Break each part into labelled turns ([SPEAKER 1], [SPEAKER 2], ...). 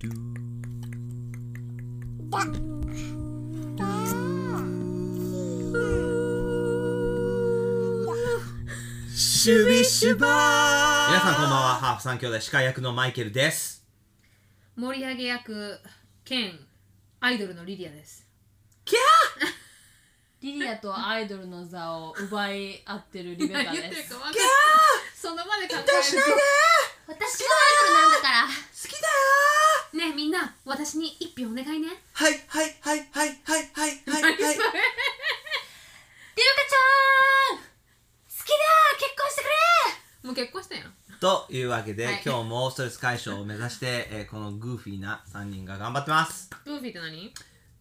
[SPEAKER 1] ドゥ
[SPEAKER 2] だだ
[SPEAKER 1] シュビシュバー皆さんこんばんは、ハーフ三兄弟司会役のマイケルです。
[SPEAKER 3] 盛り上げ役兼アイドルのリリアです
[SPEAKER 1] キャ
[SPEAKER 4] リリアとアイドルの座を奪い合ってるリベカ
[SPEAKER 3] 何 言っ
[SPEAKER 4] で
[SPEAKER 3] てる
[SPEAKER 4] す
[SPEAKER 3] か。分かんないそのまで考える
[SPEAKER 2] 私もアイドルなんだから
[SPEAKER 1] 好きだよ
[SPEAKER 3] とねえみんな私に一票お願いね
[SPEAKER 1] はいはいはいはいはいはいはい
[SPEAKER 3] 何それ
[SPEAKER 2] りゅうかちゃん好きだ結婚してく
[SPEAKER 3] もう結婚したやん
[SPEAKER 1] というわけで、
[SPEAKER 3] はい
[SPEAKER 1] 今日もストレス解消を目指して、えーこのグーフィーな3人が頑張ってます。
[SPEAKER 3] グーフィーって何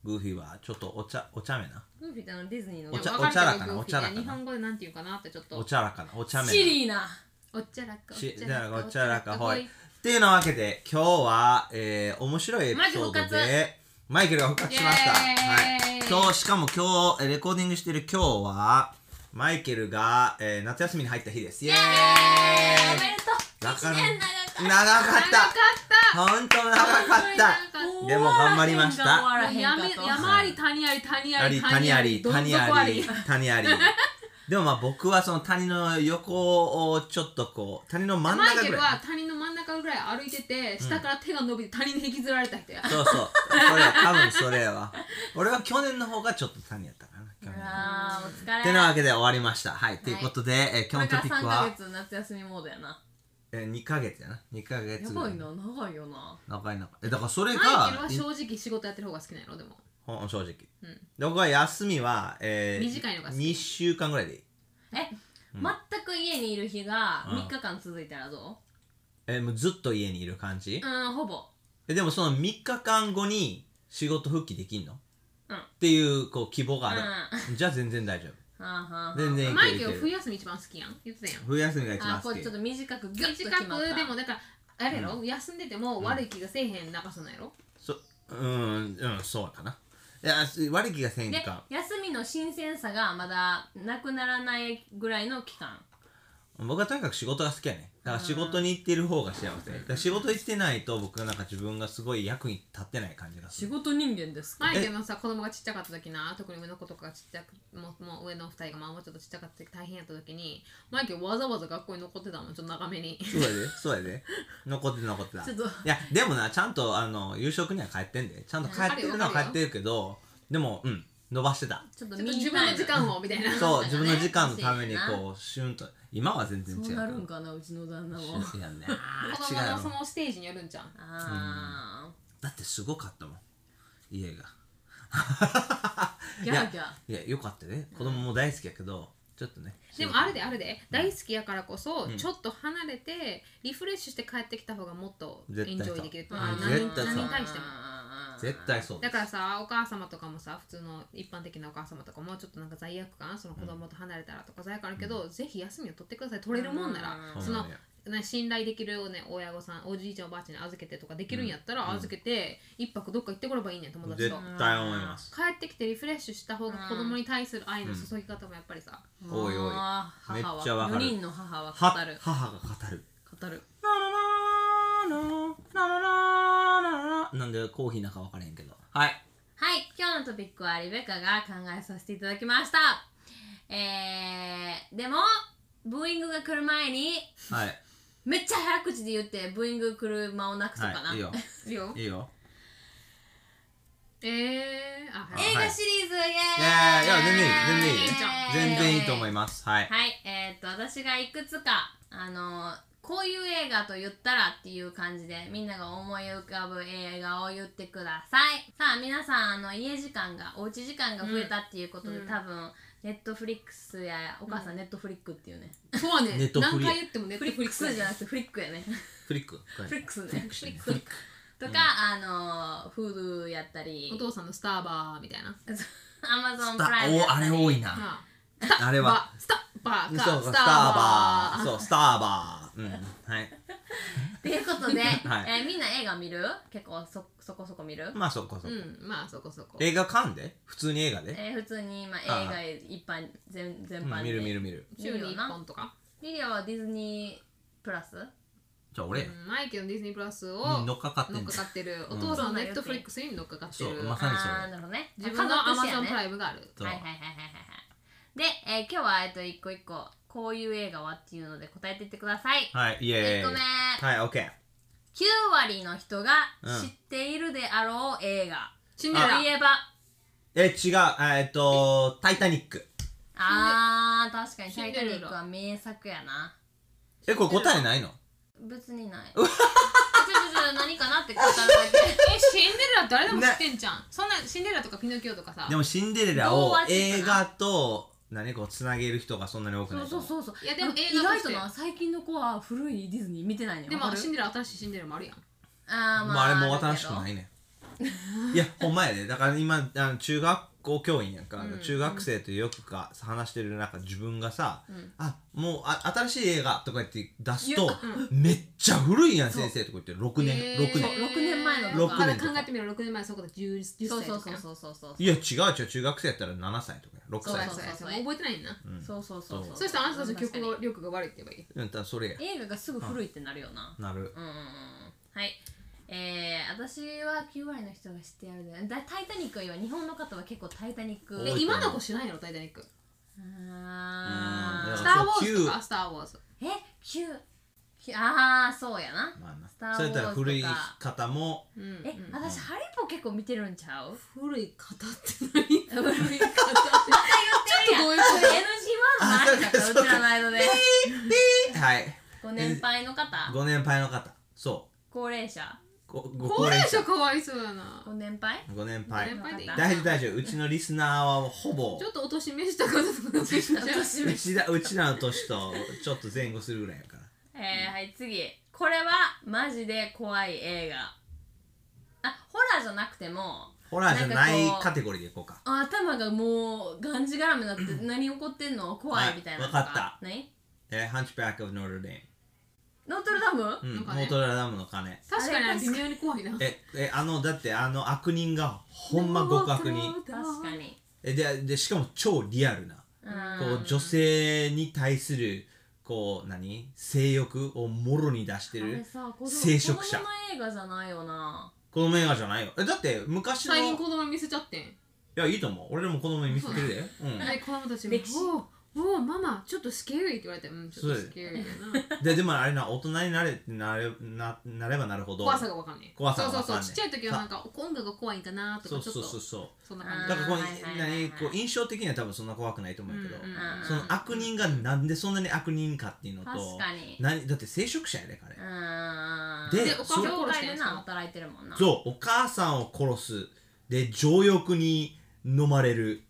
[SPEAKER 1] グーフィーはちょっとお茶、お茶目な
[SPEAKER 4] グーフィーってあのディズニーの
[SPEAKER 1] お茶
[SPEAKER 3] いやわるけど
[SPEAKER 1] お
[SPEAKER 3] グーフィーっ
[SPEAKER 1] ちゃら
[SPEAKER 3] て
[SPEAKER 1] かなおちゃらかな
[SPEAKER 3] 日本語でなんて言うかなってちょっと
[SPEAKER 1] お茶らかな、お茶目な。
[SPEAKER 4] シリーな。
[SPEAKER 3] おっちゃらか
[SPEAKER 1] しじゃあおちゃらかほい。っていうのわけで今日は、えー、面白いエピソー
[SPEAKER 3] マジ
[SPEAKER 1] ド
[SPEAKER 3] 復
[SPEAKER 1] でマイケルが復活しました、
[SPEAKER 3] イエーイ
[SPEAKER 1] はい、今日しかも今日えーレコーディングしてる今日はマイケルが、えー、夏休みに入った日ですイエーイ
[SPEAKER 2] れおめでとう
[SPEAKER 1] だから
[SPEAKER 2] 一年
[SPEAKER 1] 長か
[SPEAKER 3] 長かっ
[SPEAKER 1] った本当長かったでも頑張りました
[SPEAKER 4] 終わらへんか
[SPEAKER 3] 山
[SPEAKER 4] と
[SPEAKER 3] 山あり谷あり谷あ
[SPEAKER 1] あ
[SPEAKER 3] り
[SPEAKER 1] り谷あり
[SPEAKER 3] どん
[SPEAKER 1] 谷
[SPEAKER 3] 底
[SPEAKER 1] あ り谷ありでもまあ僕はその谷の横をちょっとこう谷の真ん
[SPEAKER 3] マイ
[SPEAKER 1] 中
[SPEAKER 3] ケ
[SPEAKER 1] ぐ
[SPEAKER 3] ル
[SPEAKER 1] らい
[SPEAKER 3] は谷の真ん中ぐらい歩いてて下から手が伸びて谷に引きずられた人や
[SPEAKER 1] そうそうそれ多分それやわ俺は去年の方がちょっと谷やったかな去年
[SPEAKER 4] あーお疲れ。
[SPEAKER 1] てなわけで終わりました。はい。と、い、うことで、えー今
[SPEAKER 4] こ
[SPEAKER 1] 日の
[SPEAKER 4] れか
[SPEAKER 1] ト
[SPEAKER 4] ら
[SPEAKER 1] ピッ
[SPEAKER 4] 三
[SPEAKER 1] ク
[SPEAKER 4] ヶ
[SPEAKER 1] は、
[SPEAKER 4] 月夏休みモードやな。
[SPEAKER 1] えー、2ヶ月やな。2ヶ月
[SPEAKER 4] や
[SPEAKER 1] ぐ
[SPEAKER 4] ば
[SPEAKER 1] ら
[SPEAKER 4] いな、長いよな。
[SPEAKER 1] 長い長い。え、だからそれが、
[SPEAKER 3] マイケルはい正直仕事やってる方が好きなんやろでも
[SPEAKER 1] ほん正直。
[SPEAKER 3] うん
[SPEAKER 1] 僕は休みは、えー、
[SPEAKER 3] 短いのが好き
[SPEAKER 1] 2週間ぐらいでいい。
[SPEAKER 4] え、全く家にいる日が3日間続いたらど
[SPEAKER 1] えーもうずっと家にいる感じ、
[SPEAKER 4] ううん、ほぼ。
[SPEAKER 1] えでもその3日間後に仕事復帰できんの、
[SPEAKER 4] うん
[SPEAKER 1] っていう、こう、希望がある。じゃあ全然大丈夫。
[SPEAKER 4] はあはあ。
[SPEAKER 1] 全然い
[SPEAKER 3] マ
[SPEAKER 1] ける
[SPEAKER 3] イ
[SPEAKER 1] い
[SPEAKER 3] ケ
[SPEAKER 1] け
[SPEAKER 3] ル
[SPEAKER 1] る
[SPEAKER 3] 冬。休み一番好きやん言ってたやん
[SPEAKER 1] 冬休みが一
[SPEAKER 4] あ
[SPEAKER 1] 番
[SPEAKER 4] ー、こ
[SPEAKER 1] 好き
[SPEAKER 4] れちょっ。と短くギュッと
[SPEAKER 3] 短
[SPEAKER 4] 決まった。
[SPEAKER 3] くでもだからあれやろ、休んでても悪い気がせえへん中そなんやろ、
[SPEAKER 1] そうん、うん、そうかな。いや、す悪い気がせん
[SPEAKER 4] で
[SPEAKER 1] か。
[SPEAKER 4] 休みの新鮮さがまだなくならないぐらいの期間
[SPEAKER 1] 僕はとにかく仕事が好きやねだから仕事に行ってる方が幸せだから仕事行ってないと僕はなんか自分がすごい役に立ってない感じがする
[SPEAKER 4] 事人間です
[SPEAKER 3] マイケルのさ子供がちっちゃかった時な特に上の子とかがちっちゃくもうもう上の二人がまあもうちょっとちっちゃかった時大変やった時にマイケルわざわざ学校に残ってた もんちょっと長めに
[SPEAKER 1] そうやでそうやで残ってた残ってた
[SPEAKER 4] ちょ
[SPEAKER 1] い
[SPEAKER 4] っと
[SPEAKER 1] やでもなちゃんとあの夕食には帰ってんでちゃんと帰ってるのは
[SPEAKER 3] わかるよわかる
[SPEAKER 1] 帰
[SPEAKER 3] よ
[SPEAKER 1] ってるけどでもうん伸ばしてた
[SPEAKER 4] ちょっと
[SPEAKER 3] ちょっと自分の時間をみたいな
[SPEAKER 1] そう
[SPEAKER 4] ね
[SPEAKER 1] 自分の時間のためにこうシュンと今は全然違う
[SPEAKER 4] そ
[SPEAKER 1] け
[SPEAKER 4] う
[SPEAKER 1] ど
[SPEAKER 4] なるんかなうちの旦那も
[SPEAKER 1] いや ね
[SPEAKER 3] 子
[SPEAKER 1] 違
[SPEAKER 3] 供の
[SPEAKER 1] う
[SPEAKER 3] そ
[SPEAKER 1] よ
[SPEAKER 3] のステージによるんじゃん
[SPEAKER 4] あ
[SPEAKER 1] だってすごかったもん家が
[SPEAKER 4] ーギャーギャー
[SPEAKER 1] いやよかったね子供も大好きやけどちょっとね
[SPEAKER 3] でもあるであるで大好きやからこそ、ちょっと離れてリフレッシュして帰ってきた方がもっとエ
[SPEAKER 1] 絶
[SPEAKER 3] ンジ
[SPEAKER 1] 対そう
[SPEAKER 3] ョイできると
[SPEAKER 1] うん
[SPEAKER 3] あ
[SPEAKER 1] 絶対そう
[SPEAKER 3] 何何に対しても
[SPEAKER 4] も
[SPEAKER 1] 絶対そうで
[SPEAKER 3] だ
[SPEAKER 1] す
[SPEAKER 3] からさお母様とかもさ普通の一般的なお母様とかもちょっとなんか罪悪感その子供と離れたらとか罪悪感あるけど、ぜひ休みを取ってください取れるもんなら、
[SPEAKER 1] うん
[SPEAKER 3] そ
[SPEAKER 1] そう
[SPEAKER 3] の
[SPEAKER 1] なんや
[SPEAKER 3] ね信頼できる、ね、親御さんおじいちゃんおばあちゃんに預けてとかできるんやったら、預けて一泊どっか行ってこればいいねん友達
[SPEAKER 1] 絶
[SPEAKER 3] と。
[SPEAKER 1] 対思います
[SPEAKER 3] 帰ってきてリフレッシュした方が子供に対する愛の注ぎ方もやっぱりさ、
[SPEAKER 1] おいおいめっちゃわかる
[SPEAKER 4] 4人の母は
[SPEAKER 1] は
[SPEAKER 4] 語る
[SPEAKER 1] 母が語る
[SPEAKER 4] 語る
[SPEAKER 1] なんでコーヒーなんか分からへんけどはい
[SPEAKER 4] はい今日のトピックはリベカが考えさせていただきましたえー、でもブーイングが来る前に
[SPEAKER 1] はい
[SPEAKER 4] めっちゃ早口で言ってブーイング来る間をな くそうかな、
[SPEAKER 1] はいいいよ
[SPEAKER 3] いいよ
[SPEAKER 1] いいよ
[SPEAKER 3] えー、あはい
[SPEAKER 1] え
[SPEAKER 4] 映画シリーズ、イエーイ
[SPEAKER 1] いやいや全然いい全然いい
[SPEAKER 3] いいじ
[SPEAKER 1] 全然いいと思い
[SPEAKER 4] ま
[SPEAKER 1] ますはい
[SPEAKER 4] はいえー、っと私がいくつかあのーこういう映画と言ったらっていう感じでみんなが思い浮かぶ映画を言ってくださいさあ皆さんあの家時間がおうち時間が増えたっていうことで、多分ネットフリックスやお母さんネットフリックっていうね、
[SPEAKER 3] そうね
[SPEAKER 1] ネットフ
[SPEAKER 3] 何
[SPEAKER 1] リ
[SPEAKER 3] 回言ってもネット
[SPEAKER 4] フ
[SPEAKER 3] フリ
[SPEAKER 4] リッ
[SPEAKER 3] ッ
[SPEAKER 4] ク
[SPEAKER 3] クス
[SPEAKER 4] スじ
[SPEAKER 3] じ
[SPEAKER 4] ゃ
[SPEAKER 3] ゃ
[SPEAKER 4] なくてフリックやね
[SPEAKER 1] フリックこれ
[SPEAKER 4] フリックスね
[SPEAKER 1] フリック
[SPEAKER 3] フリッ
[SPEAKER 4] とか、あのー Hulu やったり
[SPEAKER 3] お父さんのスターバーみたいな
[SPEAKER 1] ス
[SPEAKER 4] Amazon プ
[SPEAKER 1] タ
[SPEAKER 4] ライムや
[SPEAKER 1] お
[SPEAKER 4] った
[SPEAKER 1] あ
[SPEAKER 4] り
[SPEAKER 1] れ多いな
[SPEAKER 3] あ
[SPEAKER 1] あれは
[SPEAKER 3] バスターバーか
[SPEAKER 1] そうス
[SPEAKER 3] スタ
[SPEAKER 1] タ
[SPEAKER 3] ー
[SPEAKER 1] ー
[SPEAKER 3] バ
[SPEAKER 1] バ
[SPEAKER 3] ー
[SPEAKER 1] ーそうスターバーうんはい
[SPEAKER 4] っていうこと で、
[SPEAKER 1] はい
[SPEAKER 4] えーみんな映画見る結構そそこそこ見る、
[SPEAKER 1] まあそこそこ
[SPEAKER 3] うんまあそこそこ
[SPEAKER 1] 映画館で普通に映画で
[SPEAKER 4] えー普通に、まあ、
[SPEAKER 1] あ
[SPEAKER 4] 映
[SPEAKER 1] あ
[SPEAKER 4] 画一般全全
[SPEAKER 1] うん
[SPEAKER 4] 般で、
[SPEAKER 1] 見る見る見る
[SPEAKER 3] 週に1本とか
[SPEAKER 4] リリアはディズニープラス
[SPEAKER 1] じゃあ俺やね、
[SPEAKER 3] うんマイケルのディズニープラスを
[SPEAKER 1] に
[SPEAKER 3] 乗
[SPEAKER 1] 乗っかかってん
[SPEAKER 3] っ
[SPEAKER 1] ね
[SPEAKER 3] かかってる、
[SPEAKER 1] うん
[SPEAKER 3] お父さんのネットフリックスに乗っかかって
[SPEAKER 1] そ
[SPEAKER 3] る、
[SPEAKER 1] うまさにそれ
[SPEAKER 4] あーなるほどね
[SPEAKER 3] 自分の
[SPEAKER 4] 家
[SPEAKER 3] ア
[SPEAKER 4] 族
[SPEAKER 3] マ
[SPEAKER 4] 誌や
[SPEAKER 3] ゾン
[SPEAKER 4] ね
[SPEAKER 3] プライムがある
[SPEAKER 1] そう
[SPEAKER 4] はいはいはいはいはいはいで、えー今日は、えっと、一個一個こういう映画はっていうので答えていってください
[SPEAKER 1] はいイエーイ
[SPEAKER 4] 1個目
[SPEAKER 1] はいオッケー
[SPEAKER 4] 9割の人が知っているであろう映画、
[SPEAKER 3] シンデレラ
[SPEAKER 4] といえば
[SPEAKER 1] え違うえーっと「タイタニック
[SPEAKER 4] あー確かに「
[SPEAKER 3] シ
[SPEAKER 4] タ
[SPEAKER 3] ン
[SPEAKER 4] イ
[SPEAKER 3] デ
[SPEAKER 4] タ
[SPEAKER 3] レ
[SPEAKER 4] ニ
[SPEAKER 3] ラ
[SPEAKER 4] ック」は名作やな」
[SPEAKER 1] えこれ答えないの
[SPEAKER 4] 別 にないちょちょちょ何かなって語るだけ
[SPEAKER 3] えシンデレラ誰でも知ってんじゃん、そんなシンデレラとかピノキオとかさ
[SPEAKER 1] でもシンデレラを
[SPEAKER 4] 童話チッ
[SPEAKER 1] 映
[SPEAKER 4] クな
[SPEAKER 1] 画と何こうつなげる人がそんなに多くない
[SPEAKER 4] そう
[SPEAKER 1] と
[SPEAKER 4] そう
[SPEAKER 1] 思
[SPEAKER 4] そうそう
[SPEAKER 3] いやでも
[SPEAKER 4] なんか
[SPEAKER 3] 映画と
[SPEAKER 4] 意
[SPEAKER 3] して
[SPEAKER 4] 外とな最近の子は古いディズニー見てないね
[SPEAKER 3] で
[SPEAKER 4] わ
[SPEAKER 3] も
[SPEAKER 4] かる
[SPEAKER 3] シンデレラ新しいシンデレラもあるやん
[SPEAKER 4] あー
[SPEAKER 1] まああれもう新しく
[SPEAKER 4] い
[SPEAKER 1] ないねいやほんまやでだから今あの中学校教員やんか、
[SPEAKER 3] うん
[SPEAKER 1] 中学生とよくか話してる中自分がさ、
[SPEAKER 3] ん
[SPEAKER 1] あもうあ新しい映画とか言って出すと
[SPEAKER 4] 言う、
[SPEAKER 1] めっちゃ古いやん先生とか言って6年、
[SPEAKER 3] えー
[SPEAKER 1] 6年
[SPEAKER 4] そう六年前の
[SPEAKER 1] 六年とか
[SPEAKER 3] 考えてみろ6年前そこで 10, 10歳と
[SPEAKER 4] そ
[SPEAKER 3] か
[SPEAKER 4] う
[SPEAKER 3] や
[SPEAKER 4] そうそうそうそうそう
[SPEAKER 1] いや違う違う中学生やったら7歳とかや6
[SPEAKER 3] そう
[SPEAKER 1] 歳
[SPEAKER 3] や
[SPEAKER 1] とか
[SPEAKER 3] そう
[SPEAKER 4] そう
[SPEAKER 3] や
[SPEAKER 4] そ
[SPEAKER 3] そ
[SPEAKER 4] う
[SPEAKER 3] うや覚えてないんな
[SPEAKER 4] そうそうそうそう
[SPEAKER 3] そしたらあなたたちの曲
[SPEAKER 4] 確か
[SPEAKER 3] の力が悪いって言えばいい
[SPEAKER 1] うんだからそれや
[SPEAKER 4] に映画がすぐ古いってなるよな
[SPEAKER 1] なる
[SPEAKER 4] うんうんうんはいえー、私は9割の人が知ってやるで「だタイタニック」は今日本の方は結構「タイタニック」
[SPEAKER 1] 多いと思
[SPEAKER 3] え
[SPEAKER 1] う
[SPEAKER 3] 今の子知らんやろタイタニック
[SPEAKER 1] う
[SPEAKER 4] あ
[SPEAKER 1] んだ
[SPEAKER 3] ス
[SPEAKER 1] か
[SPEAKER 3] タ
[SPEAKER 1] ら
[SPEAKER 3] ー・
[SPEAKER 1] そう
[SPEAKER 3] ウォーズと
[SPEAKER 1] 旧
[SPEAKER 3] かスター・ウォーズ
[SPEAKER 4] え九9ああそうやな
[SPEAKER 1] まあな
[SPEAKER 4] スターウォーズとか
[SPEAKER 1] それやったら古い方も
[SPEAKER 3] うん
[SPEAKER 4] え、
[SPEAKER 3] うん
[SPEAKER 4] 私ハリポ結構見てるんちゃう
[SPEAKER 3] 古い方って 何
[SPEAKER 4] 古い方っ
[SPEAKER 3] 方
[SPEAKER 4] て
[SPEAKER 3] って
[SPEAKER 4] ちょっとどういうこと NG ワードないんだから
[SPEAKER 1] あそううか
[SPEAKER 4] ちらの間で
[SPEAKER 1] はい
[SPEAKER 4] ご年配の方
[SPEAKER 1] ご年配の方そう
[SPEAKER 4] 高齢者
[SPEAKER 1] ごご
[SPEAKER 3] 高齢者かわいそうだな
[SPEAKER 4] ご年配
[SPEAKER 1] ご年配
[SPEAKER 3] ご年配でいい
[SPEAKER 1] 大丈夫大丈夫うちのリスナーはほぼ
[SPEAKER 3] ちょっとおとしめした方とかし
[SPEAKER 4] お年
[SPEAKER 1] うち だうちらの年とちょっと前後するぐらいやから
[SPEAKER 4] えー、はい次これはマジで怖い映画あホラーじゃなくても
[SPEAKER 1] ホラーじゃない
[SPEAKER 4] なんかこう
[SPEAKER 1] カテゴリーでいこうか
[SPEAKER 4] あ頭がもうがんじがらめになって何起こってんの怖いみたいな
[SPEAKER 1] はいわかった
[SPEAKER 4] 何
[SPEAKER 1] えーハンチバック・オブ・ノートルダム
[SPEAKER 4] ノートルダム、
[SPEAKER 1] うんノ
[SPEAKER 3] なんかね
[SPEAKER 1] ートルダムの鐘
[SPEAKER 3] 確かにあれ
[SPEAKER 4] あれ確か
[SPEAKER 3] 微妙に怖いな
[SPEAKER 1] ええあのだってあの悪人がほんま極悪人
[SPEAKER 4] 確かに
[SPEAKER 1] えででしかも超リアルなこ
[SPEAKER 4] う
[SPEAKER 1] う女性に対するこう何性欲をもろに出して
[SPEAKER 4] あれ
[SPEAKER 1] る
[SPEAKER 4] さ子供
[SPEAKER 1] 聖職者
[SPEAKER 4] 子供の映画じゃないよな
[SPEAKER 1] この映画じゃないよえだって昔の
[SPEAKER 3] 最近
[SPEAKER 1] い
[SPEAKER 3] 子供に見せちゃってん
[SPEAKER 1] やいいと思う俺でも子供に見せてるでうん
[SPEAKER 3] で子供たちに
[SPEAKER 4] 歴史
[SPEAKER 3] おうおうママちょっとスケーリーって言われてうんちょっと
[SPEAKER 1] そう
[SPEAKER 3] スケーリーだな
[SPEAKER 1] ででもあれな大人になれなれななればなるほど
[SPEAKER 3] 怖さがわかんねえ
[SPEAKER 1] 怖さがわかんねえ
[SPEAKER 3] そうそうそうちっちゃい時はなんか音楽が怖いんかなと
[SPEAKER 1] そ
[SPEAKER 3] か
[SPEAKER 1] う
[SPEAKER 3] ちょっ
[SPEAKER 1] そ
[SPEAKER 3] と
[SPEAKER 1] うそうそう
[SPEAKER 3] そんな感
[SPEAKER 1] だ
[SPEAKER 3] じ
[SPEAKER 1] からこう、
[SPEAKER 4] あーはいはいはいは
[SPEAKER 1] 何
[SPEAKER 4] い
[SPEAKER 1] こう印象的には多分そんな怖くないと思うけど、
[SPEAKER 3] うんうん
[SPEAKER 1] その悪人がなんでそんなに悪人かっていうのと
[SPEAKER 4] 確かに
[SPEAKER 1] 何だって聖職者やで彼、
[SPEAKER 4] うん
[SPEAKER 1] で
[SPEAKER 4] でお母さん殺してるな
[SPEAKER 3] そう
[SPEAKER 4] 働いてるもんな
[SPEAKER 1] そうお母さんを殺すで情欲に飲まれる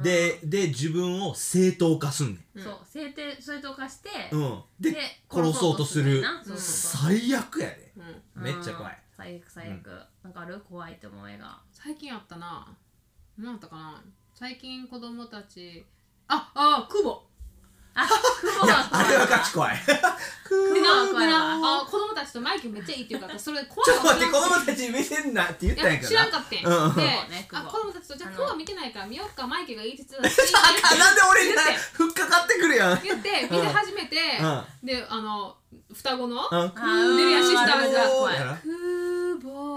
[SPEAKER 1] で,、で自分を正当化すんね
[SPEAKER 4] うんそう制定正当化して、
[SPEAKER 1] ん、うん、で殺そうとする
[SPEAKER 4] 殺そうとするなそう
[SPEAKER 1] 最悪やで、
[SPEAKER 3] うん
[SPEAKER 1] めっちゃ怖い
[SPEAKER 4] うん最悪最悪、なんかある怖いと思う映画
[SPEAKER 3] 最近あったな何だったかな最近子供たちああ久保
[SPEAKER 4] あ、クボ
[SPEAKER 1] いや
[SPEAKER 4] は怖
[SPEAKER 1] あ
[SPEAKER 4] い
[SPEAKER 1] れはガチ怖い
[SPEAKER 3] で
[SPEAKER 4] 久
[SPEAKER 3] な
[SPEAKER 4] 保は怖いわ
[SPEAKER 3] でなあ子供たちとマイケルめっちゃいいって言うからそれ 怖
[SPEAKER 1] ち
[SPEAKER 3] い
[SPEAKER 1] ょっと
[SPEAKER 3] わ
[SPEAKER 1] 待って子供たちに見せんなって言ったんや
[SPEAKER 3] い
[SPEAKER 1] け
[SPEAKER 3] や
[SPEAKER 1] ど
[SPEAKER 3] 知らん
[SPEAKER 1] な
[SPEAKER 3] かってん、
[SPEAKER 1] うんうん
[SPEAKER 3] で、
[SPEAKER 4] ね久
[SPEAKER 3] あ
[SPEAKER 4] 保
[SPEAKER 3] 子供たちとじゃあ
[SPEAKER 4] あの
[SPEAKER 3] 今日は見てないから見よっかマイケルがいいって言ってたし
[SPEAKER 1] あなんで俺にな
[SPEAKER 3] 言って
[SPEAKER 1] ふっかかってくるやん
[SPEAKER 3] 言って見て始めて、
[SPEAKER 1] う
[SPEAKER 3] であの双子の、
[SPEAKER 1] うん
[SPEAKER 4] あ
[SPEAKER 3] でシスターズが
[SPEAKER 1] 怖
[SPEAKER 4] 怖
[SPEAKER 1] い
[SPEAKER 4] い
[SPEAKER 1] やろ
[SPEAKER 3] く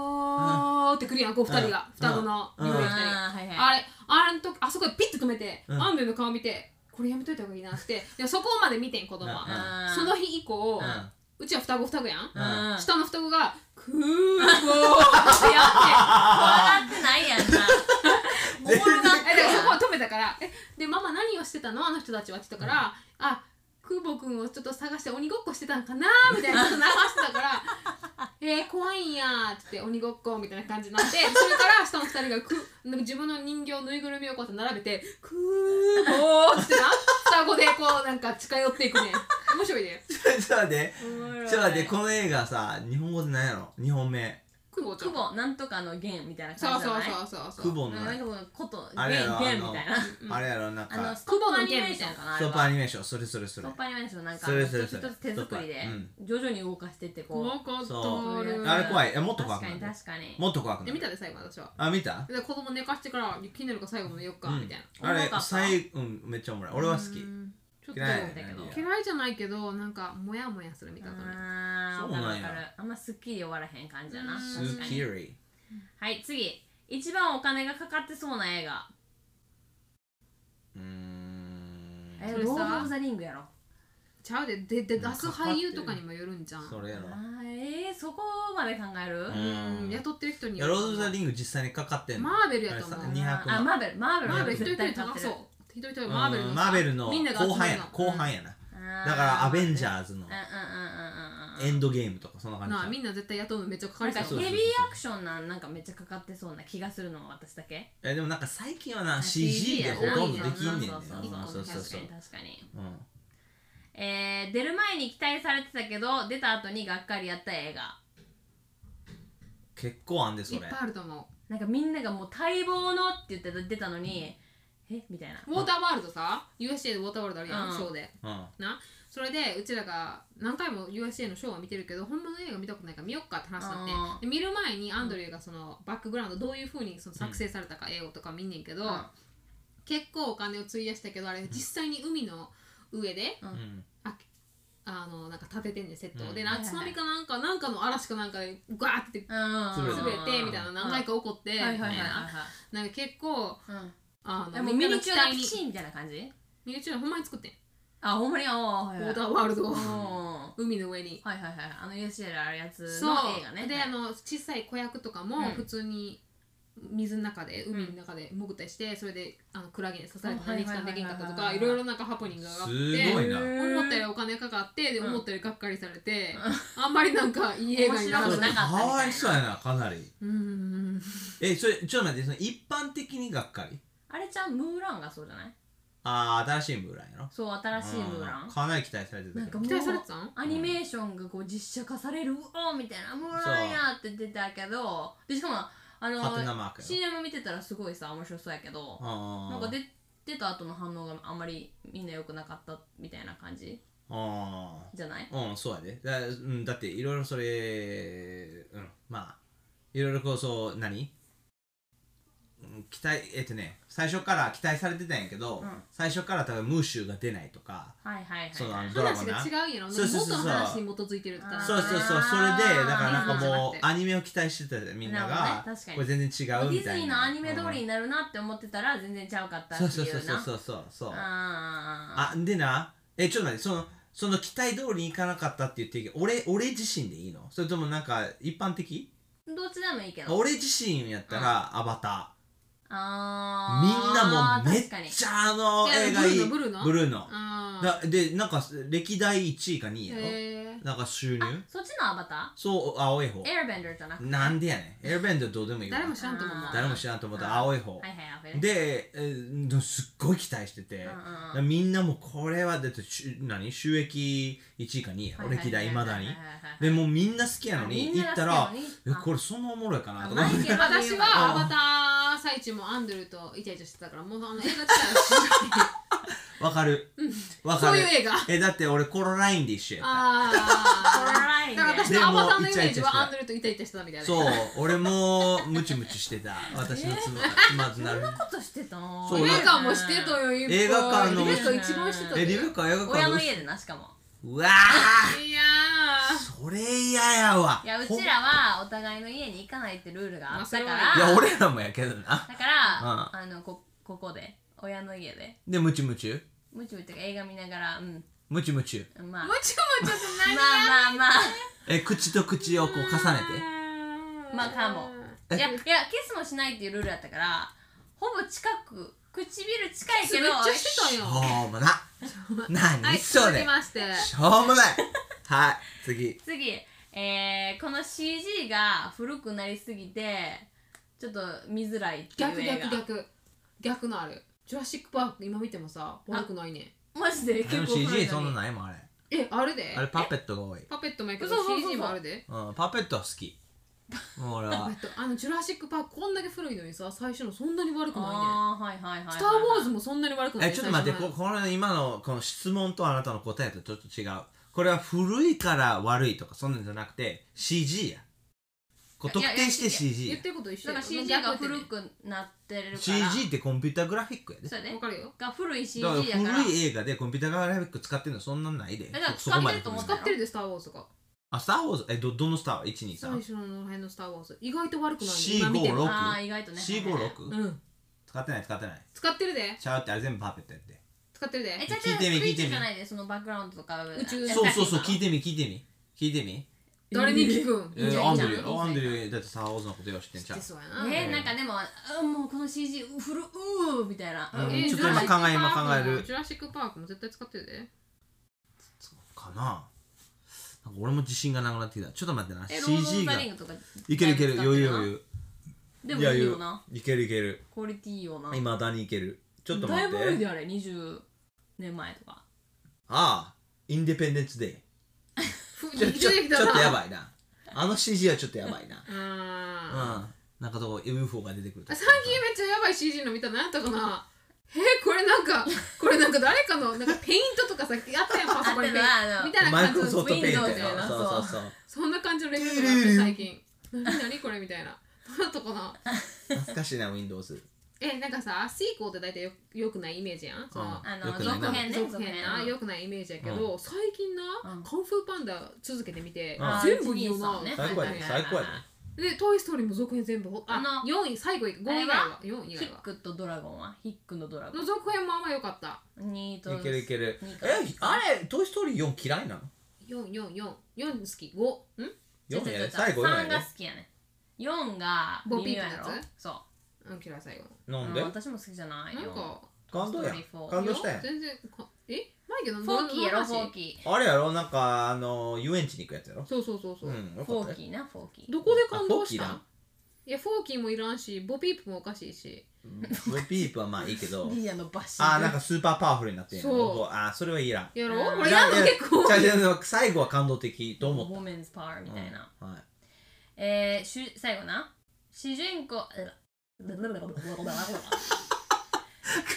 [SPEAKER 3] ぼーってくるやんこう二人が
[SPEAKER 1] うん
[SPEAKER 3] 双子の
[SPEAKER 1] うん
[SPEAKER 3] 料理二人
[SPEAKER 4] あーはいはい
[SPEAKER 3] あれあれのとこあそこでピッと止めて
[SPEAKER 1] うん
[SPEAKER 3] アンベの顔見てこれやめといた方がいい なってでそこまで見てん子供は
[SPEAKER 4] あー
[SPEAKER 3] その日以降
[SPEAKER 1] ん
[SPEAKER 3] うちは双子双子やん
[SPEAKER 1] うん
[SPEAKER 4] うん
[SPEAKER 3] 下の双子がくーぼーってや
[SPEAKER 4] 怖がってないやんなおもろがっ
[SPEAKER 3] ってえでそこは止めたからえでママ何をしてたのあの人たちはって言ったからあくーぼくんをちょっと探して鬼ごっこしてたんかなみたいなこと流してた からえー、怖いんやーって言って鬼ごっこみたいな感じになってそれから下の二人がくなんか自分の人形ぬいぐるみをこうやって並べて「くーぼー」ってな双子でこうなんか近寄っていくね面白いね
[SPEAKER 1] ちょっと待って
[SPEAKER 4] おもろい
[SPEAKER 1] ちょっと待ってこの映画さ日本語で何やろ日本名
[SPEAKER 3] くぼちゃ
[SPEAKER 4] ク
[SPEAKER 3] ん
[SPEAKER 4] ボなんとかの弦みたいな
[SPEAKER 3] そ
[SPEAKER 4] 感
[SPEAKER 3] う
[SPEAKER 4] じじゃ
[SPEAKER 3] そ
[SPEAKER 4] な
[SPEAKER 3] う
[SPEAKER 4] い
[SPEAKER 3] そうそうそう
[SPEAKER 1] クボの
[SPEAKER 4] なんかもうこと
[SPEAKER 1] あれ
[SPEAKER 4] 弦
[SPEAKER 1] やろあ
[SPEAKER 4] 弦み
[SPEAKER 1] の
[SPEAKER 4] たいな
[SPEAKER 1] あれやろなん
[SPEAKER 4] あの
[SPEAKER 1] か
[SPEAKER 4] ストップアニメーションかなあれ
[SPEAKER 1] スー
[SPEAKER 4] は
[SPEAKER 1] パーアニメーションそれそれそ
[SPEAKER 4] ス
[SPEAKER 1] れ
[SPEAKER 4] トップアニメーションなんか
[SPEAKER 1] それそれ
[SPEAKER 4] 一つ一
[SPEAKER 1] それ
[SPEAKER 4] つ手作りで
[SPEAKER 1] ストッ
[SPEAKER 4] 徐々に動かしてってこ
[SPEAKER 3] 怖かった
[SPEAKER 1] そ
[SPEAKER 3] あれ
[SPEAKER 4] う
[SPEAKER 1] あれ怖いえもっ
[SPEAKER 4] う
[SPEAKER 1] と怖
[SPEAKER 4] 確
[SPEAKER 1] く
[SPEAKER 4] か
[SPEAKER 1] なる
[SPEAKER 4] に確かに
[SPEAKER 1] もっと怖くな
[SPEAKER 3] で
[SPEAKER 1] る
[SPEAKER 3] 見たで最後私は
[SPEAKER 1] あ見た
[SPEAKER 3] で子供寝かしてから気になるから最後までよっか、みたいな
[SPEAKER 1] あ
[SPEAKER 4] おも
[SPEAKER 1] れ
[SPEAKER 4] ろかった
[SPEAKER 1] 最うんめっちゃおもろい俺は好き
[SPEAKER 3] ちょっと
[SPEAKER 1] 嫌い
[SPEAKER 3] 嫌
[SPEAKER 1] や
[SPEAKER 3] い
[SPEAKER 1] ね
[SPEAKER 4] だけど
[SPEAKER 3] じゃないけどなんかモヤモヤする見方に
[SPEAKER 4] あー
[SPEAKER 1] そうなんや
[SPEAKER 4] わかるわかるあんますっきり終わらへん感じやな
[SPEAKER 3] うん
[SPEAKER 1] ス
[SPEAKER 4] 確か
[SPEAKER 1] ーキ
[SPEAKER 4] に
[SPEAKER 1] ーリ
[SPEAKER 4] はい次一番お金がかかってそうな映画
[SPEAKER 1] ーうーん
[SPEAKER 4] え
[SPEAKER 3] それさ
[SPEAKER 4] ロード・オブ・ザ・リングやろ
[SPEAKER 3] ちゃうででで出
[SPEAKER 1] なん
[SPEAKER 3] す
[SPEAKER 1] かかかってる
[SPEAKER 3] 俳優とかにもよるんじゃん
[SPEAKER 1] それやろ
[SPEAKER 4] あーえー、そこまで考え
[SPEAKER 1] う
[SPEAKER 4] る、
[SPEAKER 3] うん雇ってる人に
[SPEAKER 1] い
[SPEAKER 3] よ
[SPEAKER 1] やロ
[SPEAKER 3] る
[SPEAKER 1] ード・オブ・ザ・リング実際にかかってんの
[SPEAKER 3] マーベルやと思う
[SPEAKER 1] あれさ200
[SPEAKER 4] あマーベルマーベル
[SPEAKER 3] マーベル一人一
[SPEAKER 4] 絶対
[SPEAKER 3] 人
[SPEAKER 4] 立っ
[SPEAKER 3] 高
[SPEAKER 4] て
[SPEAKER 3] そ
[SPEAKER 4] る
[SPEAKER 3] う一人一人マーベ
[SPEAKER 1] う
[SPEAKER 3] ルの
[SPEAKER 1] ん
[SPEAKER 3] さ
[SPEAKER 1] マーベルの
[SPEAKER 3] みんなが集
[SPEAKER 1] 後
[SPEAKER 3] ま
[SPEAKER 1] 半
[SPEAKER 3] る
[SPEAKER 1] や
[SPEAKER 3] の
[SPEAKER 1] な後半
[SPEAKER 3] や
[SPEAKER 1] やな
[SPEAKER 4] だ
[SPEAKER 1] だからアベンジ
[SPEAKER 4] ー
[SPEAKER 1] ャーズの
[SPEAKER 4] うんうんうんうんうん
[SPEAKER 1] エンドゲームとかそんな感じ
[SPEAKER 3] なあみんな絶対雇うのめっちゃかか
[SPEAKER 4] な
[SPEAKER 3] り
[SPEAKER 4] んか
[SPEAKER 3] そ
[SPEAKER 1] そうう
[SPEAKER 4] ヘビーアクションなんなんかめっちゃかかってそうな気がするのは私だけ
[SPEAKER 1] えでもなんか最近はな
[SPEAKER 4] あ
[SPEAKER 1] CG でほとんどできんねんね
[SPEAKER 4] そうそうそう
[SPEAKER 1] うんそうそうそう
[SPEAKER 4] 確かに確かに
[SPEAKER 1] うん
[SPEAKER 4] えー、出る前に期待されてたけど出た後にがっかりやった映画
[SPEAKER 1] 結構あんでそ
[SPEAKER 3] いっ
[SPEAKER 1] れ
[SPEAKER 3] ぱいあると思
[SPEAKER 4] なんかみんながもう待望のって言って出たのに、えみたいな
[SPEAKER 3] うウォーターワールドさ USJ でウォーターワールドあるやん、
[SPEAKER 4] うん
[SPEAKER 3] ショーで
[SPEAKER 1] うん
[SPEAKER 3] なそれでうちらが何回も USJ のショーは見てるけど本物の映画見たことないから見よっかって話にな
[SPEAKER 4] う
[SPEAKER 3] っ
[SPEAKER 4] ん
[SPEAKER 3] てで見る前にアンドリューがそのバックグラウンドどういうふうにその作成されたか映画とか見んねんけど、
[SPEAKER 4] うん
[SPEAKER 3] 結構お金を費やしたけどあれ実際に海の上で、
[SPEAKER 1] うん
[SPEAKER 3] あのなんか立ててんねんセットを、
[SPEAKER 1] うん
[SPEAKER 3] で
[SPEAKER 4] はい
[SPEAKER 3] な
[SPEAKER 4] はい
[SPEAKER 3] 津波かなんかなんかの嵐かなんかでガーって
[SPEAKER 4] うん
[SPEAKER 1] 潰
[SPEAKER 3] 潰れてみたいな何回
[SPEAKER 4] か
[SPEAKER 3] か起こってみ
[SPEAKER 4] は
[SPEAKER 3] た
[SPEAKER 4] い
[SPEAKER 3] い
[SPEAKER 4] はいはいはい
[SPEAKER 3] ななんか結構
[SPEAKER 4] はい
[SPEAKER 3] あ
[SPEAKER 4] うんえ
[SPEAKER 3] の
[SPEAKER 4] も
[SPEAKER 3] み
[SPEAKER 4] う
[SPEAKER 3] な
[SPEAKER 4] んミ
[SPEAKER 3] の
[SPEAKER 4] ニ
[SPEAKER 3] 期
[SPEAKER 4] チュアが
[SPEAKER 3] 待
[SPEAKER 4] ピ
[SPEAKER 3] に
[SPEAKER 4] シーンみたいな感じ
[SPEAKER 3] ミニチュアほんまに作ってん
[SPEAKER 4] あほんまにああはい
[SPEAKER 3] ウォ
[SPEAKER 4] はい
[SPEAKER 3] ーターワールドを
[SPEAKER 4] うんは
[SPEAKER 3] 海の上に
[SPEAKER 4] いはいはいあの USJ であるやつ
[SPEAKER 3] そ
[SPEAKER 4] の
[SPEAKER 3] う
[SPEAKER 4] 映画ね
[SPEAKER 3] で
[SPEAKER 4] はい
[SPEAKER 3] あの小さい子役とか
[SPEAKER 4] うん
[SPEAKER 3] も普通に水の中で
[SPEAKER 4] ん
[SPEAKER 3] 海の中で潜ったりしてそれであのクラゲに刺されて
[SPEAKER 4] あは
[SPEAKER 3] 何
[SPEAKER 4] い
[SPEAKER 3] 時間できんかったと
[SPEAKER 4] は
[SPEAKER 3] か
[SPEAKER 4] いはいはいはい
[SPEAKER 3] いろいろなんかハプニングがあっ
[SPEAKER 1] すごい
[SPEAKER 3] て
[SPEAKER 1] な
[SPEAKER 3] 思ったよりお金かかってで
[SPEAKER 4] うん
[SPEAKER 3] 思ったよりがっかりされてあんまりなんかいい映画になら
[SPEAKER 4] 面白く
[SPEAKER 3] な
[SPEAKER 4] な
[SPEAKER 3] いい
[SPEAKER 4] かったみたいな
[SPEAKER 1] かわいそうやなかなり
[SPEAKER 3] うんうん
[SPEAKER 1] えそれちょっと待ってその一般的にがっかり
[SPEAKER 4] あれちゃんムーランがそうじゃない
[SPEAKER 1] ああ新しいムーランやろ
[SPEAKER 4] そう新しいムーラ
[SPEAKER 1] うん
[SPEAKER 4] ン
[SPEAKER 1] かなり期待されてた
[SPEAKER 4] なん
[SPEAKER 1] けど
[SPEAKER 4] かもう
[SPEAKER 3] 期待されてたん
[SPEAKER 4] アニメーションがこう実写化されるうおーみたいなムーランやーって出てたけどでしかもあの
[SPEAKER 1] ハテナマークやろ
[SPEAKER 4] CM 見てたらすごいさ面白そうやけど
[SPEAKER 1] あー
[SPEAKER 4] なんか出出た後の反応があんまりみんな良くなかったみたいな感じ
[SPEAKER 1] あ
[SPEAKER 4] じゃない
[SPEAKER 1] あうんそうやでだ,、うん、だっていろいろそれうんまあいろいろこうそう何うん期待えっとね最初から期待されてたんやけど、
[SPEAKER 4] うん
[SPEAKER 1] 最初から多分ムーシュが出ないとか、
[SPEAKER 4] はいはいはい
[SPEAKER 1] そうなのドラマ
[SPEAKER 3] 話
[SPEAKER 1] な
[SPEAKER 3] が違うんやろ
[SPEAKER 1] そうそうそうそう
[SPEAKER 3] 元の話に基づいてるか
[SPEAKER 4] あ
[SPEAKER 3] ら
[SPEAKER 4] ー
[SPEAKER 1] そうそうそうそれでだからなんかも
[SPEAKER 3] ディズニーじゃなくて
[SPEAKER 1] うアニメを期待してたみんな
[SPEAKER 4] なるほ
[SPEAKER 1] が
[SPEAKER 4] どね確かに
[SPEAKER 1] これ全然違う
[SPEAKER 4] デ
[SPEAKER 1] み
[SPEAKER 4] ィズ
[SPEAKER 1] たいな
[SPEAKER 4] ニーのアニメ通り
[SPEAKER 1] うん
[SPEAKER 4] になるなって思ってたら全然ちゃうかったって
[SPEAKER 1] そ
[SPEAKER 4] いうう
[SPEAKER 1] そうそう
[SPEAKER 4] な
[SPEAKER 1] そうそうそうそうあ
[SPEAKER 4] あ
[SPEAKER 1] でなえちょっと待ってそのその期待通りにいかなかったって言っていいけど俺俺自身でいいのそれともなんか一般的
[SPEAKER 4] ーどっちでもいいけど
[SPEAKER 1] 俺自身やったらアバターみんな
[SPEAKER 4] あー
[SPEAKER 1] もうめっ
[SPEAKER 4] 確かに
[SPEAKER 1] ちゃあの
[SPEAKER 3] いや
[SPEAKER 1] 映画いい
[SPEAKER 3] ブルーノ
[SPEAKER 1] ブ
[SPEAKER 3] ブ
[SPEAKER 1] ルーノ
[SPEAKER 3] あー
[SPEAKER 1] だでなんか歴代1位か2位やろ
[SPEAKER 3] へー
[SPEAKER 1] なんか収入
[SPEAKER 4] あそっちのアバタ
[SPEAKER 1] そう青い方
[SPEAKER 4] ーエアベンダーじゃなくて
[SPEAKER 1] なんでやねんエアベンドどうでもいいわ
[SPEAKER 3] 誰も知らんと思うもん
[SPEAKER 4] あー
[SPEAKER 1] 誰も知らんと思った青い方
[SPEAKER 4] はいはいアフェル
[SPEAKER 1] で、えーでもすっごい期待してて、
[SPEAKER 4] うんうん
[SPEAKER 1] みんなもうこれはだってしゅ何収益1位か2位やろ、
[SPEAKER 4] はいはい
[SPEAKER 1] 歴代いまだに、
[SPEAKER 4] はいはいはいはい
[SPEAKER 1] でもうみんな好きやのに行
[SPEAKER 4] みんなが
[SPEAKER 1] っ
[SPEAKER 4] 好き
[SPEAKER 1] た
[SPEAKER 4] な
[SPEAKER 1] ら
[SPEAKER 4] のに
[SPEAKER 1] え
[SPEAKER 4] あ
[SPEAKER 1] これそんなおもろいかなと思
[SPEAKER 4] マ
[SPEAKER 1] っ
[SPEAKER 4] イケ
[SPEAKER 1] て
[SPEAKER 4] ルは
[SPEAKER 3] 私
[SPEAKER 1] あ
[SPEAKER 3] はア
[SPEAKER 1] ー
[SPEAKER 3] バター最中もアンドルとイチャイチャしてたからもうあの映画自体は
[SPEAKER 1] わかるわか
[SPEAKER 3] そう
[SPEAKER 1] る
[SPEAKER 3] いう映画
[SPEAKER 1] えだって俺コロラインで一緒やった
[SPEAKER 4] コロ
[SPEAKER 3] あ
[SPEAKER 4] ライ
[SPEAKER 3] あ
[SPEAKER 4] ン
[SPEAKER 3] だから私
[SPEAKER 1] で
[SPEAKER 3] のアバターの
[SPEAKER 1] もうイ
[SPEAKER 3] イメ
[SPEAKER 1] チャ
[SPEAKER 3] ー
[SPEAKER 1] イチ
[SPEAKER 3] ジ
[SPEAKER 1] ャして
[SPEAKER 3] は
[SPEAKER 1] た
[SPEAKER 3] アンドルとイタイチャしてたみたいな
[SPEAKER 1] そう俺もムチムチしてた私の妻妻となる
[SPEAKER 4] ことしてたの
[SPEAKER 1] そう
[SPEAKER 3] 映
[SPEAKER 1] なん
[SPEAKER 3] 画もしてとよいっぱい
[SPEAKER 1] 映画館の
[SPEAKER 3] リベスト一番してた
[SPEAKER 1] え
[SPEAKER 3] で
[SPEAKER 1] リベカ映画
[SPEAKER 4] 親
[SPEAKER 1] 館
[SPEAKER 4] の家でなしかも
[SPEAKER 1] うわー
[SPEAKER 3] いやー
[SPEAKER 1] それ嫌やわ
[SPEAKER 4] いやうちらはお互いの家に行かないってルールがあったから
[SPEAKER 3] まあ
[SPEAKER 1] ほんい
[SPEAKER 4] だ
[SPEAKER 1] や
[SPEAKER 4] か
[SPEAKER 1] 俺らもやけどな
[SPEAKER 4] らあのこここで親の家で
[SPEAKER 1] でムチムチ
[SPEAKER 4] ムチムチとか映画見ながらうん
[SPEAKER 1] ムチムチ
[SPEAKER 4] まあ
[SPEAKER 3] もちもちょっと
[SPEAKER 4] ま
[SPEAKER 3] 何
[SPEAKER 4] あまあま
[SPEAKER 1] え口と口をこう重ね
[SPEAKER 4] あまあかもいやいやキスもしないっていうルールだったからほぼ近く唇近い
[SPEAKER 3] め
[SPEAKER 4] け
[SPEAKER 3] っ
[SPEAKER 4] ど
[SPEAKER 3] ちゃしてた
[SPEAKER 1] てし
[SPEAKER 3] よ
[SPEAKER 1] ょうもな
[SPEAKER 3] は
[SPEAKER 1] 何
[SPEAKER 3] い
[SPEAKER 1] そ
[SPEAKER 3] 続き
[SPEAKER 1] れ
[SPEAKER 3] まして
[SPEAKER 1] しょうもないはい次
[SPEAKER 4] 次、えー、この CG が古くなりすぎてちょっと見づらいっていう
[SPEAKER 3] 逆
[SPEAKER 4] 映画
[SPEAKER 3] 逆逆逆のあるジュラシック・パーク今見てもさ悪くないね
[SPEAKER 4] マジで
[SPEAKER 1] で
[SPEAKER 4] 結
[SPEAKER 1] も
[SPEAKER 4] 構古い
[SPEAKER 1] CG そ
[SPEAKER 4] の
[SPEAKER 1] ん
[SPEAKER 4] に
[SPEAKER 1] なないもんあれ
[SPEAKER 3] えあれで
[SPEAKER 1] あれパペットが多い、
[SPEAKER 3] パペットもやけど
[SPEAKER 4] そうそうそうそう
[SPEAKER 3] CG もあるで
[SPEAKER 1] うん、パペットは好きもう俺
[SPEAKER 3] え
[SPEAKER 1] は
[SPEAKER 3] っとあのジュラシック・パークこんだけ古いのにさ最初のそんなに悪くないね
[SPEAKER 4] あーはいはいはいはいはい
[SPEAKER 3] スター・ウォーズもそんなに悪くない
[SPEAKER 1] えちょっと待って
[SPEAKER 3] 最
[SPEAKER 1] こ
[SPEAKER 3] 初の
[SPEAKER 1] この今のこの質問とあなたの答えとちょっと違うこれは古いから悪いとかそんなんじゃなくて CG やこう特定して CG
[SPEAKER 3] 言ってること一緒
[SPEAKER 4] だ
[SPEAKER 3] や
[SPEAKER 4] から
[SPEAKER 3] ろ
[SPEAKER 4] CG
[SPEAKER 3] 逆
[SPEAKER 4] が
[SPEAKER 3] ってね
[SPEAKER 4] 古くなってるから
[SPEAKER 1] CG ってコンピュータグラフィックやで
[SPEAKER 4] そうや
[SPEAKER 3] わ
[SPEAKER 4] ね
[SPEAKER 3] かるよ
[SPEAKER 4] が古い CG
[SPEAKER 1] だ
[SPEAKER 4] や
[SPEAKER 1] から
[SPEAKER 4] から
[SPEAKER 1] 古い映画でコンピュータグラフィック使ってるのそんなんないで
[SPEAKER 4] だから
[SPEAKER 1] そそこまで
[SPEAKER 4] 使ってると思う
[SPEAKER 1] 来
[SPEAKER 3] 使
[SPEAKER 1] る
[SPEAKER 3] ってるで「スター・ウォーズ」が
[SPEAKER 1] あスター・ウォーズえどどのスターは
[SPEAKER 3] 最初の辺の「スター・ウォーズ」意外と悪くない
[SPEAKER 1] 456
[SPEAKER 3] 今見ても
[SPEAKER 4] ああ意外とね
[SPEAKER 1] 123?456?、
[SPEAKER 3] うん
[SPEAKER 1] 使ってない使ってない
[SPEAKER 3] 使ってるで
[SPEAKER 1] ちゃうってあれ全部パーペットやって
[SPEAKER 3] 使ってるで
[SPEAKER 4] えじゃあ
[SPEAKER 1] 聞いてみ聞いてみ
[SPEAKER 4] じゃあクイズじゃないでそのバックグラウンドとか
[SPEAKER 3] 宇宙
[SPEAKER 1] そうそうそう聞い
[SPEAKER 4] て
[SPEAKER 1] てみ聞いてみ聞いてみ
[SPEAKER 3] 誰に聞くん
[SPEAKER 1] え
[SPEAKER 4] いいじゃ
[SPEAKER 1] ー
[SPEAKER 4] ん
[SPEAKER 1] ア
[SPEAKER 4] い
[SPEAKER 1] ン
[SPEAKER 4] いじ
[SPEAKER 1] ド
[SPEAKER 4] ゃん
[SPEAKER 1] リューア
[SPEAKER 4] い
[SPEAKER 1] ンドリュー
[SPEAKER 4] いじゃん
[SPEAKER 1] だってスター・ウォーズのことよう知ってんちゃう
[SPEAKER 3] でそうや
[SPEAKER 4] え
[SPEAKER 3] な
[SPEAKER 4] ーなんかでもあもうこの CG う古ううみたいな、
[SPEAKER 1] うん
[SPEAKER 4] え
[SPEAKER 1] ちょっと今考え今考える
[SPEAKER 3] ジュラシック・パークも絶対使ってるで
[SPEAKER 1] かななんか俺も自信がなくなってきたちょっと待ってな
[SPEAKER 4] えロード・オブ
[SPEAKER 1] CG
[SPEAKER 4] ザ
[SPEAKER 1] が
[SPEAKER 4] リングとか
[SPEAKER 1] いけるいける余裕余
[SPEAKER 4] 裕
[SPEAKER 1] 裕
[SPEAKER 4] でもいいよな
[SPEAKER 1] やいけるいける
[SPEAKER 4] クオリティいいよな
[SPEAKER 1] 今だにいけるちょっと
[SPEAKER 4] だ
[SPEAKER 1] 待
[SPEAKER 4] い
[SPEAKER 1] っ
[SPEAKER 4] ぶ古い
[SPEAKER 1] て
[SPEAKER 4] であれ20年前とか
[SPEAKER 1] ああインデペンデンスデ
[SPEAKER 3] ふ
[SPEAKER 1] イちょちょ
[SPEAKER 3] 出
[SPEAKER 1] ち
[SPEAKER 3] てきた
[SPEAKER 1] ょ
[SPEAKER 3] な
[SPEAKER 1] っとやばいなあの CG はちょっとやばいな
[SPEAKER 3] うん
[SPEAKER 1] うんなんかどこ UFO が出てくると
[SPEAKER 3] あ
[SPEAKER 1] か
[SPEAKER 3] 最近めっちゃやばい CG の見たの何やったかなえこれなんかこれなんか誰かのなんかペイントとかさやったやんパソコンにペイン
[SPEAKER 4] あったな
[SPEAKER 3] ト
[SPEAKER 4] あの
[SPEAKER 3] みたいな
[SPEAKER 1] マイ
[SPEAKER 3] 感
[SPEAKER 1] クロ
[SPEAKER 3] じの
[SPEAKER 1] ソフトペイントやな
[SPEAKER 4] Windows
[SPEAKER 1] そ
[SPEAKER 4] や
[SPEAKER 1] う
[SPEAKER 4] な
[SPEAKER 1] そうそう
[SPEAKER 3] そんな感じのレベルがあって最近何何これみたいな何だったかな
[SPEAKER 1] 懐かしいな Windows
[SPEAKER 3] えなんかさシーコーって大体よよくないイメージやんその
[SPEAKER 4] あ
[SPEAKER 1] よ
[SPEAKER 4] の
[SPEAKER 1] くないな
[SPEAKER 4] 続編ね
[SPEAKER 3] 続編な
[SPEAKER 4] うん
[SPEAKER 3] よくないイメージやけど最近
[SPEAKER 4] う
[SPEAKER 3] な「
[SPEAKER 4] ん
[SPEAKER 3] カンフーパンダ」続けてみて
[SPEAKER 1] うん
[SPEAKER 3] 全部いいよな
[SPEAKER 4] あジミーさん
[SPEAKER 1] 最
[SPEAKER 4] ね
[SPEAKER 1] 高やで
[SPEAKER 4] はいはいはい
[SPEAKER 1] 最高やで
[SPEAKER 3] で「トイ・ストーリー」も続編全部ほあ
[SPEAKER 4] あの
[SPEAKER 3] 4位最後5位以外は4位以
[SPEAKER 4] ヒ
[SPEAKER 3] 外
[SPEAKER 4] ッ
[SPEAKER 3] は
[SPEAKER 4] クとドラゴンはヒックのドラゴ
[SPEAKER 3] の
[SPEAKER 4] ン
[SPEAKER 3] 続編もあんま良かった
[SPEAKER 4] ニート
[SPEAKER 1] いけるいける
[SPEAKER 4] いいか
[SPEAKER 1] えあれ「トイ・ストーリー4」嫌いなの
[SPEAKER 3] 4444好き5ん
[SPEAKER 1] 4やで最後4や
[SPEAKER 4] 3が
[SPEAKER 1] で
[SPEAKER 4] 好きやね4が
[SPEAKER 3] ボ
[SPEAKER 4] 微
[SPEAKER 3] ビー
[SPEAKER 4] 妙やろ
[SPEAKER 3] ってやつ
[SPEAKER 4] そう
[SPEAKER 3] うん嫌い最後
[SPEAKER 1] なん
[SPEAKER 4] あ
[SPEAKER 1] で
[SPEAKER 4] 私も好きじゃない
[SPEAKER 3] なん
[SPEAKER 4] よ
[SPEAKER 3] か
[SPEAKER 1] 感動や
[SPEAKER 4] トイストーリーフォー
[SPEAKER 1] 感動したやん
[SPEAKER 3] 全然かえマイケルの
[SPEAKER 4] フォーキーやろ
[SPEAKER 3] ど
[SPEAKER 4] フ
[SPEAKER 3] の
[SPEAKER 4] ォ
[SPEAKER 3] 話
[SPEAKER 4] ーキ
[SPEAKER 1] あれやろなんかあの遊園地に行くやつやろ
[SPEAKER 3] そうそうそうそううん
[SPEAKER 4] ー
[SPEAKER 1] よ
[SPEAKER 4] フ
[SPEAKER 1] かっ
[SPEAKER 4] ォ
[SPEAKER 1] た
[SPEAKER 4] ー
[SPEAKER 1] よ
[SPEAKER 4] キーなフォーキー
[SPEAKER 3] どこで感動し
[SPEAKER 1] あフォー
[SPEAKER 3] たいやフォーキーもいらんしボピープもおかしいし
[SPEAKER 1] ブピープはまあいいけ ど
[SPEAKER 4] リアのバッシング
[SPEAKER 1] あーなんかスーパーパワフルになってんや
[SPEAKER 3] そう
[SPEAKER 1] こあーそれはいらん
[SPEAKER 3] やろ
[SPEAKER 4] うん
[SPEAKER 3] これやんの結構
[SPEAKER 1] じゃあじゃあ最後は感動的と思っ
[SPEAKER 4] ウォメンズパワーみ
[SPEAKER 1] た
[SPEAKER 4] たいな、、
[SPEAKER 1] うんはい、
[SPEAKER 4] えー、主最後な主人公うら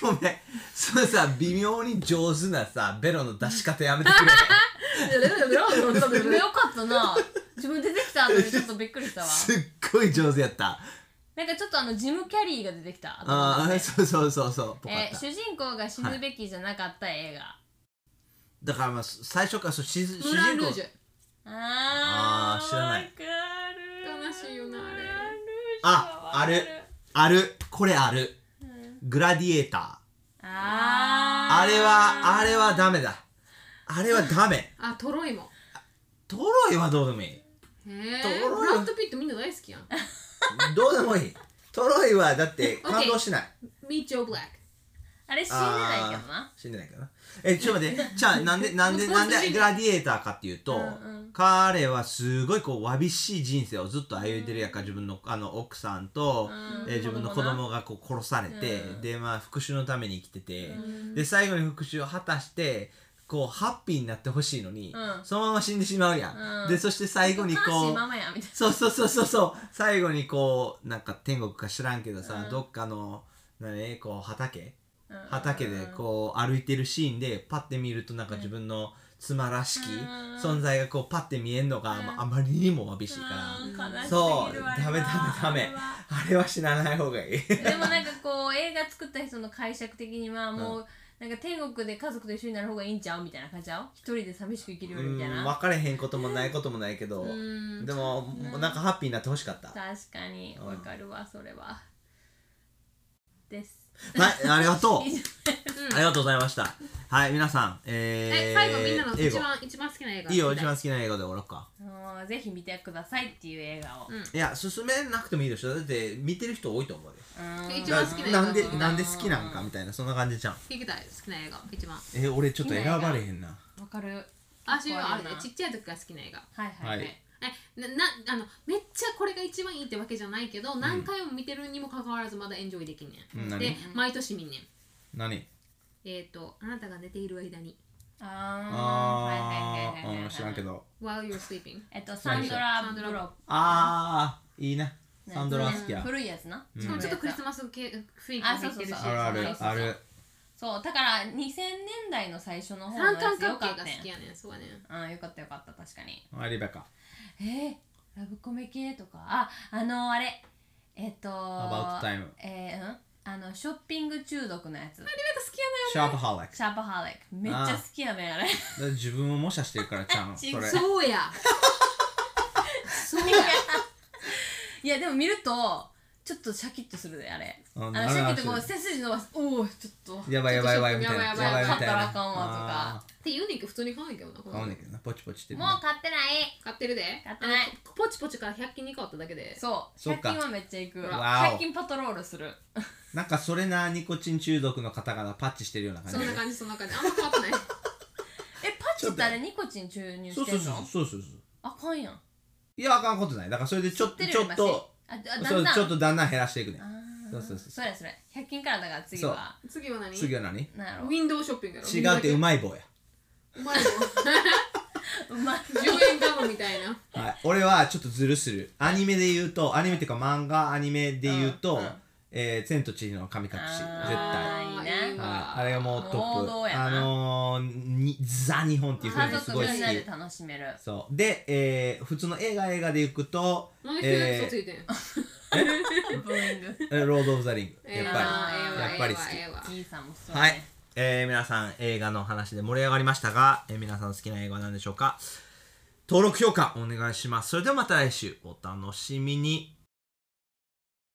[SPEAKER 1] ごめんそれさ微妙に上手なさベロの出し方やめてくれ
[SPEAKER 4] よかったな自分出てきた後にちょっとびっくりしたわ
[SPEAKER 1] すっごい上手やった
[SPEAKER 4] なんかちょっとあのジム・キャリーが出てきた
[SPEAKER 1] ああーそうそうそうそうぽか
[SPEAKER 4] え
[SPEAKER 1] っ
[SPEAKER 4] ー
[SPEAKER 1] た、
[SPEAKER 4] 主人公が死ぬべきじゃなかった映画、
[SPEAKER 1] だからまあ最初からそうし 主
[SPEAKER 3] ムラ
[SPEAKER 1] 人
[SPEAKER 3] ンル
[SPEAKER 1] 公
[SPEAKER 3] ージュ
[SPEAKER 4] あ
[SPEAKER 1] あー知らない
[SPEAKER 4] わかる
[SPEAKER 3] 悲しいよなあれ
[SPEAKER 1] ああるあるこれあるグラディエーター
[SPEAKER 4] あー
[SPEAKER 1] あれはあれはダメだあれはダメ
[SPEAKER 3] あトロイも
[SPEAKER 1] トロイはどうでもいい
[SPEAKER 3] へえ
[SPEAKER 1] トロイも
[SPEAKER 3] ブラッド・ピットみんな大好きやん
[SPEAKER 1] どうでもいいトロイはだって 感動しない
[SPEAKER 3] ミーチョ・ブラック
[SPEAKER 4] あれ死んでないけどな
[SPEAKER 1] あー死んでないけどなえちょっと待ってじゃあなん でなんで
[SPEAKER 3] もう
[SPEAKER 1] なん
[SPEAKER 3] 少し
[SPEAKER 1] でグラディエーターかっていうと、
[SPEAKER 4] うんうん
[SPEAKER 1] 彼はすごいこうわびしい人生をずっと歩いてるやんか、自分のあの奥さんと、
[SPEAKER 4] うん
[SPEAKER 1] えー自分の子供がこう殺されて、
[SPEAKER 4] うん
[SPEAKER 1] でまあ復讐のために生きてて、で最後に復讐を果たしてこうハッピーになってほしいのに、
[SPEAKER 4] うん
[SPEAKER 1] そのまま死んでしまうやん、
[SPEAKER 4] うん
[SPEAKER 1] でそして最後に
[SPEAKER 4] 悲
[SPEAKER 1] こ
[SPEAKER 4] しいうママやみたい
[SPEAKER 1] そうそうそうそうそう最後にこうなんか天国か知らんけどさ、どっかの何こう畑
[SPEAKER 4] なうん
[SPEAKER 1] 畑でこう歩いてるシーンでパッて見るとなんか自分の妻らしき
[SPEAKER 4] うん
[SPEAKER 1] 存在がこうパッて見えんのがまああまりにもわびしいから
[SPEAKER 4] うん悲しすぎる
[SPEAKER 1] そう
[SPEAKER 4] あれは
[SPEAKER 1] ダメダメダメあれは死なない方がいい
[SPEAKER 4] でもなんかこう映画作った人の解釈的にはもう、なんか天国で家族と一緒になる方がいいんちゃうみたいな感じちゃう一人で寂しく生きるよ
[SPEAKER 1] う
[SPEAKER 4] りみ
[SPEAKER 1] ん
[SPEAKER 4] たいな
[SPEAKER 1] 分かれへんこともないこともないけど
[SPEAKER 3] ん
[SPEAKER 1] でももうなんかハッピーになってほしかった
[SPEAKER 4] 確かにわかるわそれはです
[SPEAKER 1] はい ありがと
[SPEAKER 4] 以上
[SPEAKER 1] うありがとうございましたはい皆さんえー
[SPEAKER 3] え最後みんなの
[SPEAKER 1] 英
[SPEAKER 3] 一
[SPEAKER 1] 語
[SPEAKER 3] 番一番好きな映画
[SPEAKER 1] いいよ一番好きな映画で終わろうか
[SPEAKER 4] もうぜひ見てくださいっていう映画を、
[SPEAKER 3] うん
[SPEAKER 1] いや勧めなくてもいいでしょだって見てる人多いと思うで
[SPEAKER 4] うん
[SPEAKER 3] 一番好きな映画
[SPEAKER 1] なんでなんで好きなんかみたいなそんな感じじゃん
[SPEAKER 3] 聞きたい好きな映画一番
[SPEAKER 1] え俺ちょっと選ばれへんな
[SPEAKER 4] わかる
[SPEAKER 3] 私はあれね
[SPEAKER 4] 結構あるな
[SPEAKER 3] ちっちゃい時から好きな映画
[SPEAKER 4] はいはいは
[SPEAKER 1] はいい
[SPEAKER 3] えななあのめっちゃこれが一番いいってわけじゃないけど、何回も見てるにもかかわらずまだエンジョイできんねん、
[SPEAKER 1] うん何
[SPEAKER 3] で毎年見んねん
[SPEAKER 1] 何
[SPEAKER 3] えっ、と「あなたが寝ている間に
[SPEAKER 4] あーはいはいはいはいはい
[SPEAKER 1] うん知らんけど
[SPEAKER 3] While you're sleeping
[SPEAKER 4] えっとサンドラブロッ
[SPEAKER 1] あーいいなサンドラ好きや
[SPEAKER 4] 古いやつな、
[SPEAKER 1] うん
[SPEAKER 3] しかもちょっとクリス
[SPEAKER 4] マ
[SPEAKER 3] マス系雰囲気が入ってるし
[SPEAKER 4] あそうそうそう
[SPEAKER 1] あるあるある
[SPEAKER 4] そうだから2000年代の最初の方の
[SPEAKER 3] 三
[SPEAKER 4] や
[SPEAKER 3] 冠
[SPEAKER 4] つよ
[SPEAKER 3] 関
[SPEAKER 4] かっ
[SPEAKER 3] 係
[SPEAKER 4] た
[SPEAKER 3] が
[SPEAKER 4] ね
[SPEAKER 3] 好きやねんそうやねん
[SPEAKER 4] あーよかったよかった確かに
[SPEAKER 1] あリベカ
[SPEAKER 4] えーラブコメ系とかああのあれえっと
[SPEAKER 1] About Time
[SPEAKER 4] えーうんあのショッピング中毒のや
[SPEAKER 3] 好
[SPEAKER 4] つ
[SPEAKER 3] きや
[SPEAKER 1] シャープハーレッ
[SPEAKER 4] シャープハーレックめっちゃ好きやねあれ
[SPEAKER 1] クだ自分を模写してるからちゃん
[SPEAKER 4] 違
[SPEAKER 1] それ
[SPEAKER 4] う
[SPEAKER 3] そうやそうや
[SPEAKER 4] いやでも見るとちょっとシャキッとするであれ
[SPEAKER 1] あ
[SPEAKER 4] あ
[SPEAKER 1] な
[SPEAKER 4] の
[SPEAKER 1] る
[SPEAKER 4] シャ
[SPEAKER 1] な
[SPEAKER 4] キッとこう背筋伸ばすおおちょっと
[SPEAKER 1] やばいやばいやばいみたいな
[SPEAKER 3] ちょっとやばいやばい
[SPEAKER 1] みたいな
[SPEAKER 4] 買ったらあかんわとか
[SPEAKER 1] あ
[SPEAKER 3] って言うねんけど普通に買わへんけどなこ
[SPEAKER 1] ー
[SPEAKER 3] の
[SPEAKER 1] 買わねんけどなポチポチってる
[SPEAKER 4] もう買ってない
[SPEAKER 3] 買ってるで
[SPEAKER 4] 買ってない
[SPEAKER 3] あのポチポチから100均に変わっただけで
[SPEAKER 4] そう
[SPEAKER 1] そう
[SPEAKER 4] 100
[SPEAKER 1] か
[SPEAKER 4] 均はめっちゃ行く
[SPEAKER 1] わお
[SPEAKER 4] 100均パトロールする
[SPEAKER 1] なんかそれなニコチン中毒の方々パッチしてるような感
[SPEAKER 3] そ
[SPEAKER 1] じ
[SPEAKER 3] んな感じそんな感じあんま変わってない
[SPEAKER 4] えパチってあれニコチン注入
[SPEAKER 1] そ
[SPEAKER 4] し
[SPEAKER 1] う
[SPEAKER 4] て
[SPEAKER 1] そうんそうそうそうそ
[SPEAKER 4] の
[SPEAKER 1] うそう
[SPEAKER 4] あかんやん
[SPEAKER 1] いやあかんことないだからそれでちょっと
[SPEAKER 4] 吸
[SPEAKER 1] ちょっと
[SPEAKER 4] ああだ
[SPEAKER 1] そ
[SPEAKER 4] ん
[SPEAKER 1] う
[SPEAKER 4] だん
[SPEAKER 1] ちょっとだんだん減らしていくね
[SPEAKER 4] あー
[SPEAKER 1] そうそうそう
[SPEAKER 4] それそれ100均からだから次は
[SPEAKER 3] 次は何
[SPEAKER 1] 次は何違
[SPEAKER 4] なんやろ
[SPEAKER 3] ウィンドウショッピングやろ
[SPEAKER 1] うってうまい棒や
[SPEAKER 3] うまいの
[SPEAKER 4] うまい
[SPEAKER 3] 10円ガムみたいな
[SPEAKER 1] はい、俺はちょっとずるするアニメで言うとアニメっていうか漫画アニメで言うと「
[SPEAKER 4] うんうん
[SPEAKER 1] えー千と千尋の神隠し」絶対
[SPEAKER 4] あ
[SPEAKER 1] はい
[SPEAKER 4] ーいい
[SPEAKER 3] ー
[SPEAKER 4] ね
[SPEAKER 1] あれがもうト
[SPEAKER 4] 王
[SPEAKER 1] ッ
[SPEAKER 4] 道
[SPEAKER 1] プ
[SPEAKER 4] やな
[SPEAKER 1] あのーにザ日本っていう風
[SPEAKER 4] 家
[SPEAKER 1] にすご
[SPEAKER 4] 族
[SPEAKER 1] い
[SPEAKER 4] みんなで
[SPEAKER 1] 好き
[SPEAKER 4] 楽しめる
[SPEAKER 1] そうで、えー普通の映画映画で行くと
[SPEAKER 3] なん
[SPEAKER 1] 「
[SPEAKER 3] で急に嘘つ
[SPEAKER 1] え
[SPEAKER 3] い てんや
[SPEAKER 4] ブーイング
[SPEAKER 1] ー、ロード・オブ・ザ・リング」やっ
[SPEAKER 4] え
[SPEAKER 1] ぱ
[SPEAKER 4] えな
[SPEAKER 1] やっぱり好き
[SPEAKER 4] いいさんもそ
[SPEAKER 1] り
[SPEAKER 4] うね
[SPEAKER 1] はい、えー皆さん映画の話で盛り上がりましたが、えー皆さんの好きな映画は何でしょうか登録評価お願いしますそれではまた来週お楽しみに